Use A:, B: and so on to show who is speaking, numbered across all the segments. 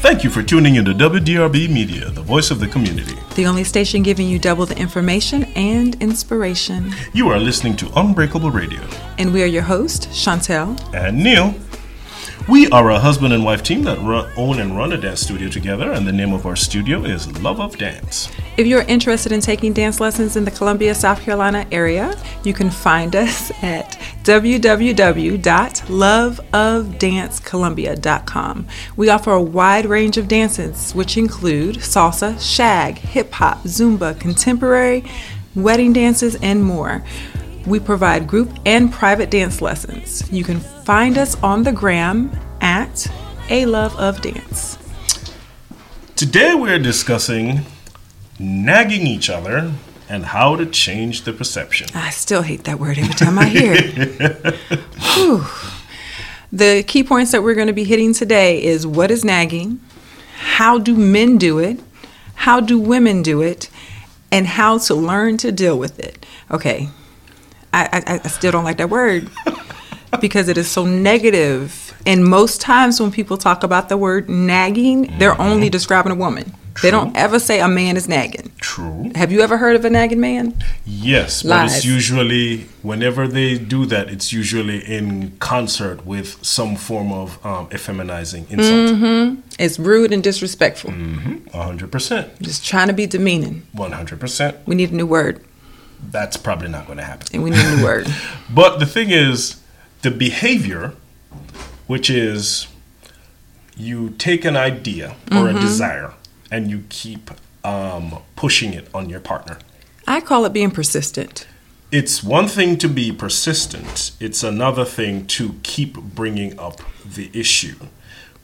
A: Thank you for tuning into WDRB Media, the voice of the community.
B: The only station giving you double the information and inspiration.
A: You are listening to Unbreakable Radio
B: And we are your host, Chantel.
A: and Neil. We are a husband and wife team that run, own and run a dance studio together, and the name of our studio is Love of Dance.
B: If you're interested in taking dance lessons in the Columbia, South Carolina area, you can find us at www.loveofdancecolumbia.com. We offer a wide range of dances, which include salsa, shag, hip hop, zumba, contemporary, wedding dances, and more. We provide group and private dance lessons. You can find us on the gram at A Love of Dance.
A: Today we're discussing nagging each other and how to change the perception.
B: I still hate that word every time I hear it. Whew. The key points that we're going to be hitting today is what is nagging, how do men do it, how do women do it, and how to learn to deal with it. Okay, I, I, I still don't like that word because it is so negative. And most times when people talk about the word nagging, they're only describing a woman. They don't ever say a man is nagging.
A: True.
B: Have you ever heard of a nagging man?
A: Yes, but
B: Lies.
A: it's usually whenever they do that, it's usually in concert with some form of um, effeminizing insult.
B: It's rude and disrespectful.
A: hundred percent,
B: Just trying to be demeaning.
A: one hundred percent.
B: We need a new word,
A: That's probably not going to happen.
B: and we need a new word.
A: But the thing is, the behavior, which is you take an idea or
B: Mm-hmm.
A: a desire and you keep um, pushing it on your partner.
B: I call it being persistent.
A: It's one thing to be persistent, it's another thing to keep bringing up the issue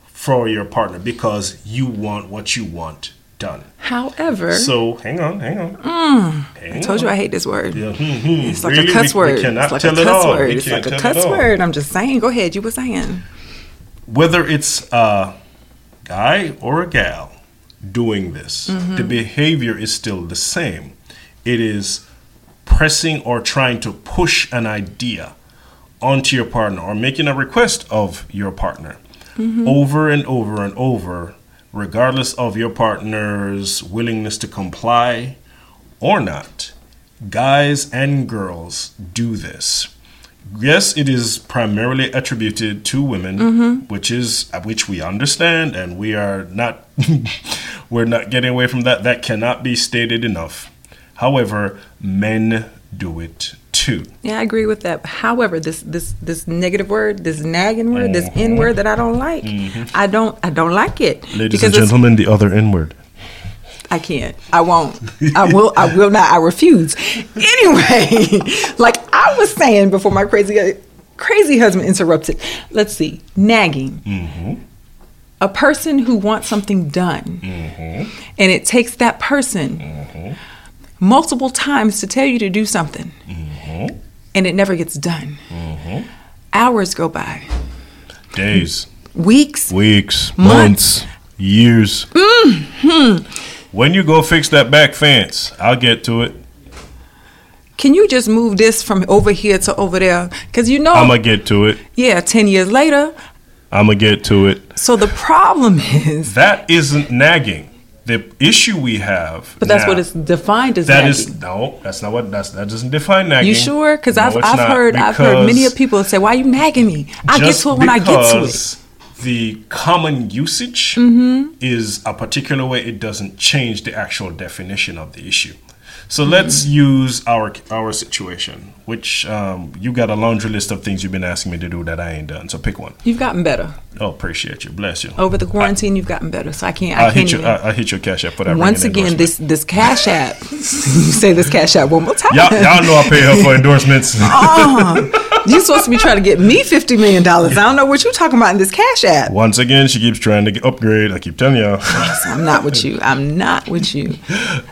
A: for your partner because you want what you want done.
B: However,
A: So hang on, hang on.
B: Mm. I told you I hate this word.
A: Yeah, hmm, hmm.
B: It's like
A: Really,
B: a cuss
A: we- we
B: word.
A: cannot
B: it's like
A: tell
B: a
A: it
B: cuss
A: all. We
B: word. It's
A: can't
B: like a
A: tell it
B: cuss
A: all.
B: word. I'm just saying. Go ahead. You were saying.
A: whether it's a guy or a gal doing this,
B: Mm-hmm.
A: the behavior is still the same. It is pressing or trying to push an idea onto your partner or making a request of your partner
B: Mm-hmm.
A: over and over and over, regardless of your partner's willingness to comply or not. Guys and girls do this. Yes, it is primarily attributed to women,
B: Mm-hmm.
A: which is uh, which we understand, and we are not we're not getting away from that. That cannot be stated enough. However, men do it too.
B: Yeah, I agree with that. However, this this this negative word, this nagging word, this
A: Mm-hmm.
B: n word that I don't like, I don't I don't like it
A: Ladies and
B: because it's
A: gentlemen, the other N word.
B: I can't. I won't. I will. I will not. I refuse. Anyway, like I was saying before my crazy, crazy husband interrupted. Let's see, nagging.
A: Mm-hmm,
B: A person who wants something done,
A: mm-hmm,
B: and it takes that person multiple times to tell you to do something,
A: mm-hmm,
B: and it never gets done. Hours go by,
A: Days,
B: weeks.
A: weeks,
B: Months. Mm-hmm.
A: years. When you go fix that back fence, I'll get to it.
B: Can you just move this from over here to over there? Because you know,
A: I'ma get to it.
B: yeah, ten years later.
A: I'ma get to it.
B: So the problem is,
A: That isn't nagging. The issue we have.
B: but that's
A: now-
B: what it's defined as.
A: That
B: nagging.
A: is no. That's not what. That's that doesn't define nagging.
B: You sure? Because
A: No,
B: I've,
A: it's
B: I've
A: not,
B: heard I've heard many
A: because
B: of people say, "Why you nagging me? I get
A: just
B: to it when I get to it."
A: because The common usage
B: Mm-hmm.
A: is a particular way. It doesn't change the actual definition of the issue. So
B: Mm-hmm.
A: let's use our our situation, which um, you got a laundry list of things you've been asking me to do that I ain't done. So pick one.
B: You've gotten better
A: Oh, appreciate you. Bless you.
B: over the quarantine. you've gotten better, so I can't. Oh, I,
A: I
B: can't
A: hit
B: even.
A: your I, I hit your cash app for that.
B: Once
A: ringing
B: again,
A: endorsement.
B: this this cash app. you say this cash app one more time.
A: Y'all, y'all know I pay her for endorsements.
B: Uh-huh. You're supposed to be trying to get me fifty million dollars. I don't know what you're talking about in this cash app.
A: Once again, she keeps trying to get upgrade. I keep telling y'all.
B: I'm not with you. I'm not with you.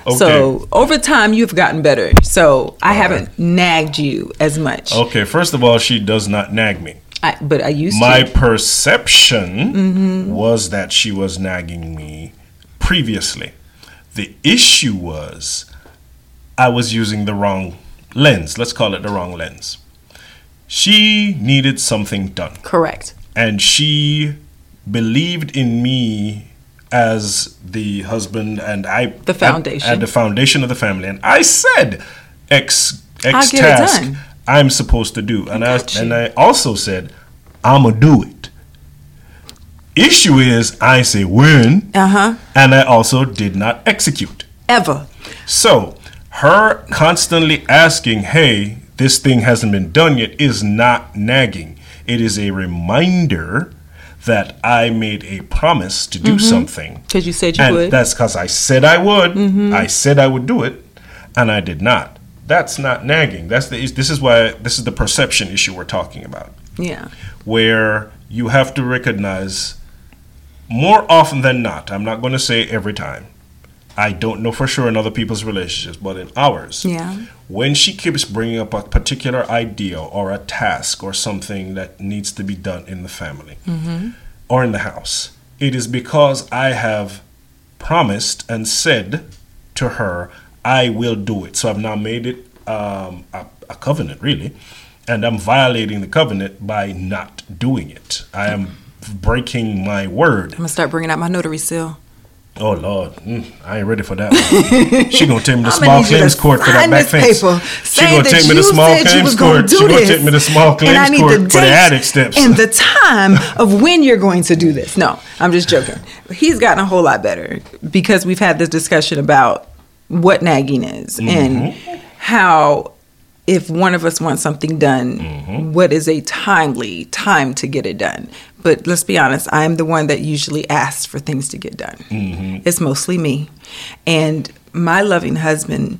A: Okay.
B: So over time, you've gotten better. So I haven't nagged you as much.
A: Okay, first of all, she does not nag me.
B: I, but I used to.
A: My perception was that she was nagging me previously. The issue was I was using the wrong lens. Let's call it the wrong lens. She needed something done.
B: Correct.
A: and she believed in me as the husband and I
B: The foundation.
A: at, at the foundation of the family, and I said X X
B: get it
A: task
B: done.
A: I'm supposed to do, and I
B: got you.
A: and I also said I'ma do it. Issue is I say when,
B: Uh-huh.
A: and I also did not execute.
B: Ever.
A: So, her constantly asking, hey, this thing hasn't been done yet, is not nagging. It is a reminder that I made a promise to do something.
B: 'Cause you said Mm-hmm. you
A: and
B: would. Mm-hmm.
A: That's because I said I would. I said I would do it, and I did not. That's not nagging. That's the, this is why this is the perception issue we're talking about
B: Yeah.
A: where you have to recognize more often than not, I'm not going to say every time. I don't know for sure in other people's relationships, but in ours,
B: Yeah.
A: when she keeps bringing up a particular idea or a task or something that needs to be done in the family or in the house, it is because I have promised and said to her, I will do it. So I've now made it um, a, a covenant, really. And I'm violating the covenant by not doing it. I am breaking my word.
B: I'm gonna start bringing out my notary seal.
A: Oh Lord, mm, I ain't ready for that. One. she gonna take me to
B: I'ma
A: small
B: need you to
A: claims court for that
B: sign
A: back
B: this
A: fence.
B: paper
A: She
B: saying
A: gonna
B: that
A: take me
B: you
A: to small
B: said you
A: claims
B: was gonna
A: court.
B: do
A: She gonna
B: this.
A: take me to small
B: And I
A: claims
B: need
A: court
B: the
A: for the
B: dates
A: attic steps.
B: And the time of when you're going to do this. No, I'm just joking. He's gotten a whole lot better because we've had this discussion about what nagging is and how if one of us wants something done, what is a timely time to get it done? But let's be honest, I'm the one that usually asks for things to get done. It's mostly me. And my loving husband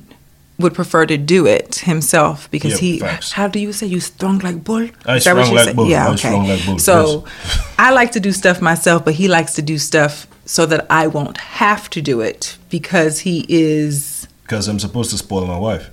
B: would prefer to do it himself because
A: Yeah,
B: he
A: facts.
B: how do you say you strong like bull?
A: I
B: Is that what
A: strong
B: you
A: like
B: say?
A: bull.
B: Yeah,
A: I
B: okay.
A: strong like bull,
B: so I like to do stuff myself, but he likes to do stuff so that I won't have to do it because he is.
A: Because I'm supposed to spoil my wife.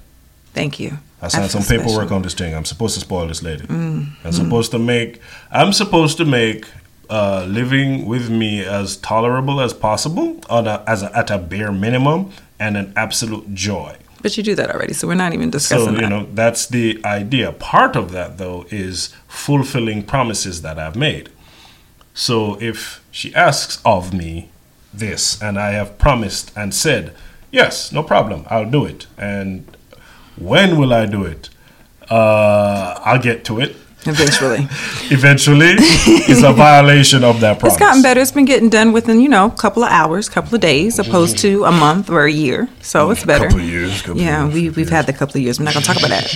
B: Thank you.
A: I signed
B: feel
A: some paperwork
B: special. Mm.
A: on this thing. I'm supposed to spoil this lady. I'm supposed to make. I'm supposed to make uh, living with me as tolerable as possible, on a, as a, at a bare minimum, and an absolute joy.
B: But you do that already, so we're not even discussing
A: So you
B: that.
A: know that's the idea. Part of that though is fulfilling promises that I've made. So if she asks of me this, and I have promised and said, yes, no problem, I'll do it. And when will I do it? Uh, I'll get to it.
B: Eventually,
A: Eventually, it's a violation of that promise.
B: it's gotten better. It's been getting done within you know a couple of hours, couple of days, opposed to a month or a year. So it's better.
A: Mm-hmm. Couple years. Couple
B: Yeah,
A: years,
B: we,
A: couple
B: we've had the couple of years. We're not going to talk about that.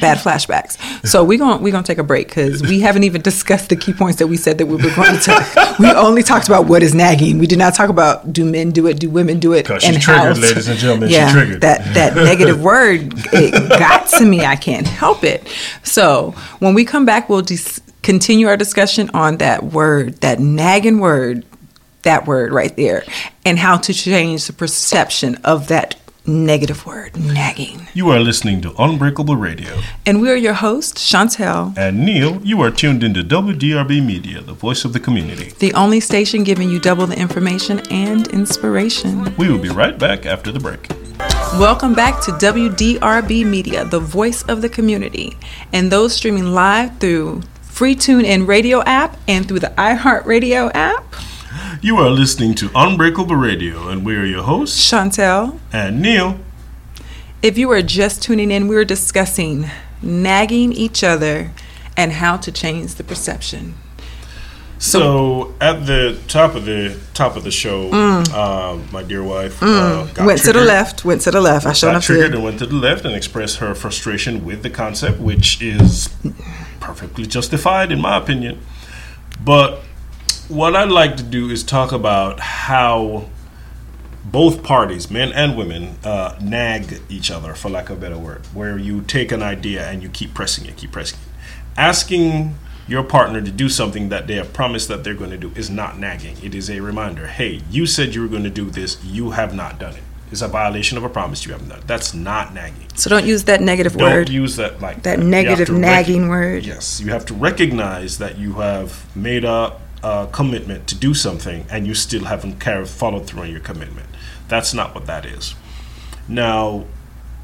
B: Bad flashbacks. So we're going we're gonna take a break because we haven't even discussed the key points that we said that we were going to. we only talked about what is nagging. We did not talk about do men do it, do women do it.
A: 'Cause she triggered,
B: to-
A: ladies and gentlemen, she
B: Yeah,
A: triggered.
B: That, that negative word, it got to me. I can't help it. So when we come back, we'll dis- continue our discussion on that word, that nagging word that word right there and how to change the perception of that negative word, nagging.
A: You are listening to Unbreakable Radio.
B: And we are your host, Chantel,
A: And Neil, you are tuned into WDRB Media, the voice of the community.
B: the only station giving you double the information and inspiration.
A: We will be right back after the break.
B: Welcome back to WDRB Media, the voice of the community, and those streaming live through Free Tune In Radio app and through the iHeartRadio app.
A: You are listening to Unbreakable Radio, and we are your hosts
B: Chantel,
A: and Neil.
B: If you are just tuning in, we were discussing nagging each other and how to change the perception.
A: So at the top of the top of the show, uh, my dear wife uh, got
B: Mm. went to the
A: triggered-
B: left, went to the left. I showed
A: Got
B: up
A: triggered
B: to it.
A: and went to the left and expressed her frustration with the concept, which is perfectly justified in my opinion. But what I'd like to do is talk about how both parties, men and women, uh, nag each other, for lack of a better word, where you take an idea and you keep pressing it, keep pressing it. Asking your partner to do something that they have promised that they're going to do is not nagging. It is a reminder hey, you said you were going to do this, you have not done it. It's a violation of a promise you haven't done. That's not nagging.
B: So don't use that negative
A: Don't
B: word.
A: use that like
B: That
A: You have
B: negative
A: to rec-
B: nagging word.
A: Yes, you have to recognize that you have made a, a commitment to do something, and you still haven't car- followed through on your commitment. That's not what that is. Now,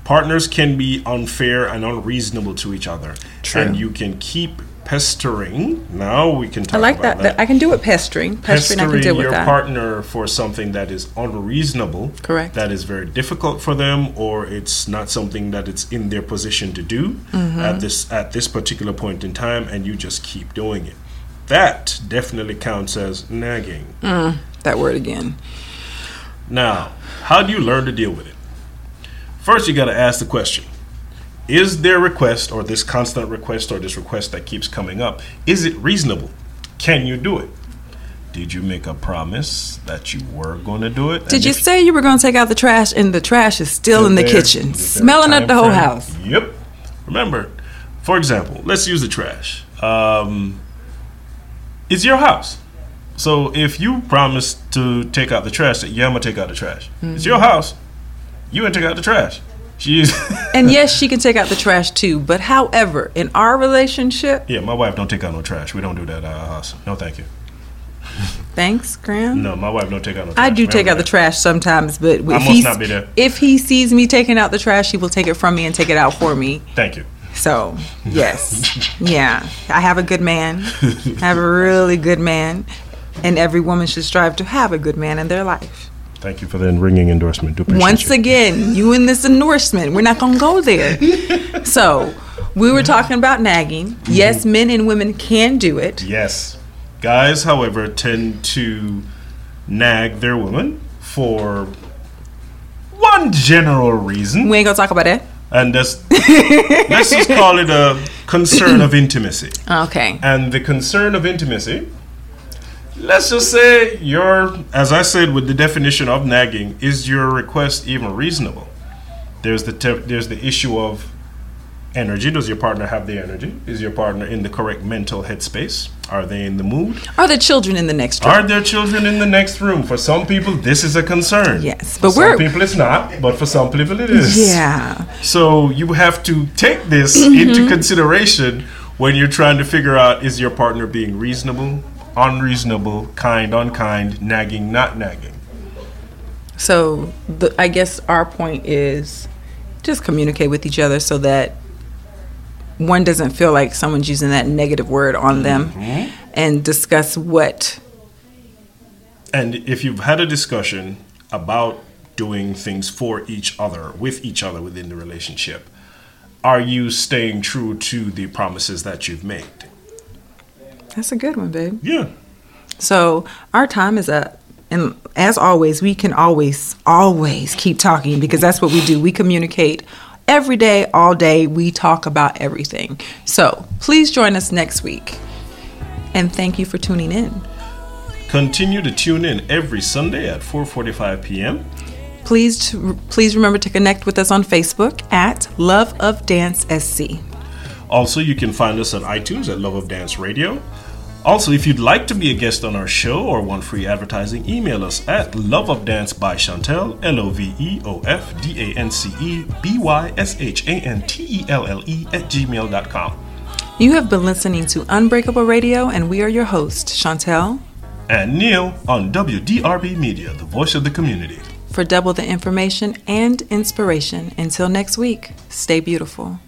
A: partners can be unfair and unreasonable to each other,
B: True.
A: and you can keep pestering. Now we can talk
B: I like
A: about
B: that. that. I can do it pestering. Pestering,
A: Pestering
B: I can deal with
A: your
B: that.
A: partner for something that is unreasonable.
B: Correct.
A: That is very difficult for them, or it's not something that it's in their position to do
B: Mm-hmm.
A: at this at this particular point in time, and you just keep doing it. That definitely counts as nagging.
B: that word again.
A: Now, how do you learn to deal with it? First, you got to ask the question Is their request, or this constant request, or this request that keeps coming up, is it reasonable? Can you do it? Did you make a promise that you were going to do it? And
B: Did you
A: if
B: say you were going to take out the trash and the trash is still in the
A: there-
B: kitchen,
A: is there a
B: smelling
A: time
B: up the whole
A: frame?
B: house?
A: Yep. Remember, for example, let's use the trash. Um, it's your house. So if you promise to take out the trash, that yeah, I'm gonna take out the trash. It's your
B: Mm-hmm.
A: house. You ain't take out the trash. She's
B: And yes, she can take out the trash too, but however, in our relationship,
A: yeah. My wife don't take out no trash. We don't do that at our house. No, thank you.
B: thanks, Graham.
A: No, my wife don't take out no. trash.
B: I do take out the
A: Remember
B: trash sometimes, but if
A: must
B: he,
A: not be there.
B: if he sees me taking out the trash, he will take it from me and take it out for me.
A: that. Thank you.
B: So, yes. yeah. I have a good man. I have a really good man. And every woman should strive to have a good man in their life.
A: Thank you for the ringing endorsement. Do appreciate
B: Once
A: you.
B: again, you in this endorsement. We're not going to go there. So, we were talking about nagging. Yes,
A: Mm-hmm.
B: men and women can do it.
A: Yes. Guys, however, tend to nag their women for one general reason,
B: We ain't going to talk about that.
A: and that's, let's just call it a concern of intimacy.
B: Okay.
A: And the concern of intimacy, let's just say your, as I said with the definition of nagging, is your request even reasonable? There's the te- there's the issue of energy. Does your partner have the energy? Is your partner in the correct mental headspace? Are they in the mood?
B: Are the children in the next room?
A: Are there children in the next room? For some people, this is a concern.
B: Yes,
A: For
B: but we're-
A: some people it's not, but for some people it is.
B: Yeah. Mm-hmm.
A: So you have to take this into consideration when you're trying to figure out is your partner being reasonable, unreasonable, kind, unkind, nagging, not nagging.
B: So the, I guess our point is just communicate with each other so that one doesn't feel like someone's using that negative word on them
A: Mm-hmm.
B: and discuss what
A: And if you've had a discussion about doing things for each other, with each other within the relationship, are you staying true to the promises that you've made?
B: that's a good one babe
A: Yeah.
B: so our time is up and as always we can always always keep talking because that's what we do we communicate every day all day we talk about everything so please join us next week and thank you for tuning in
A: Continue to tune in every Sunday at 4:45 p.m.
B: Please, to, please remember to connect with us on Facebook at Love of Dance SC.
A: Also, you can find us on iTunes at Love of Dance Radio. Also, if you'd like to be a guest on our show or want free advertising, email us at Love of Dance by Chantel, L O V E O F D A N C E B Y S H A N T E L L E at gmail.com.
B: You have been listening to Unbreakable Radio, and we are your host, Chantel.
A: And Neil on WDRB Media, the voice of the community.
B: For double the information and inspiration, until next week, stay beautiful.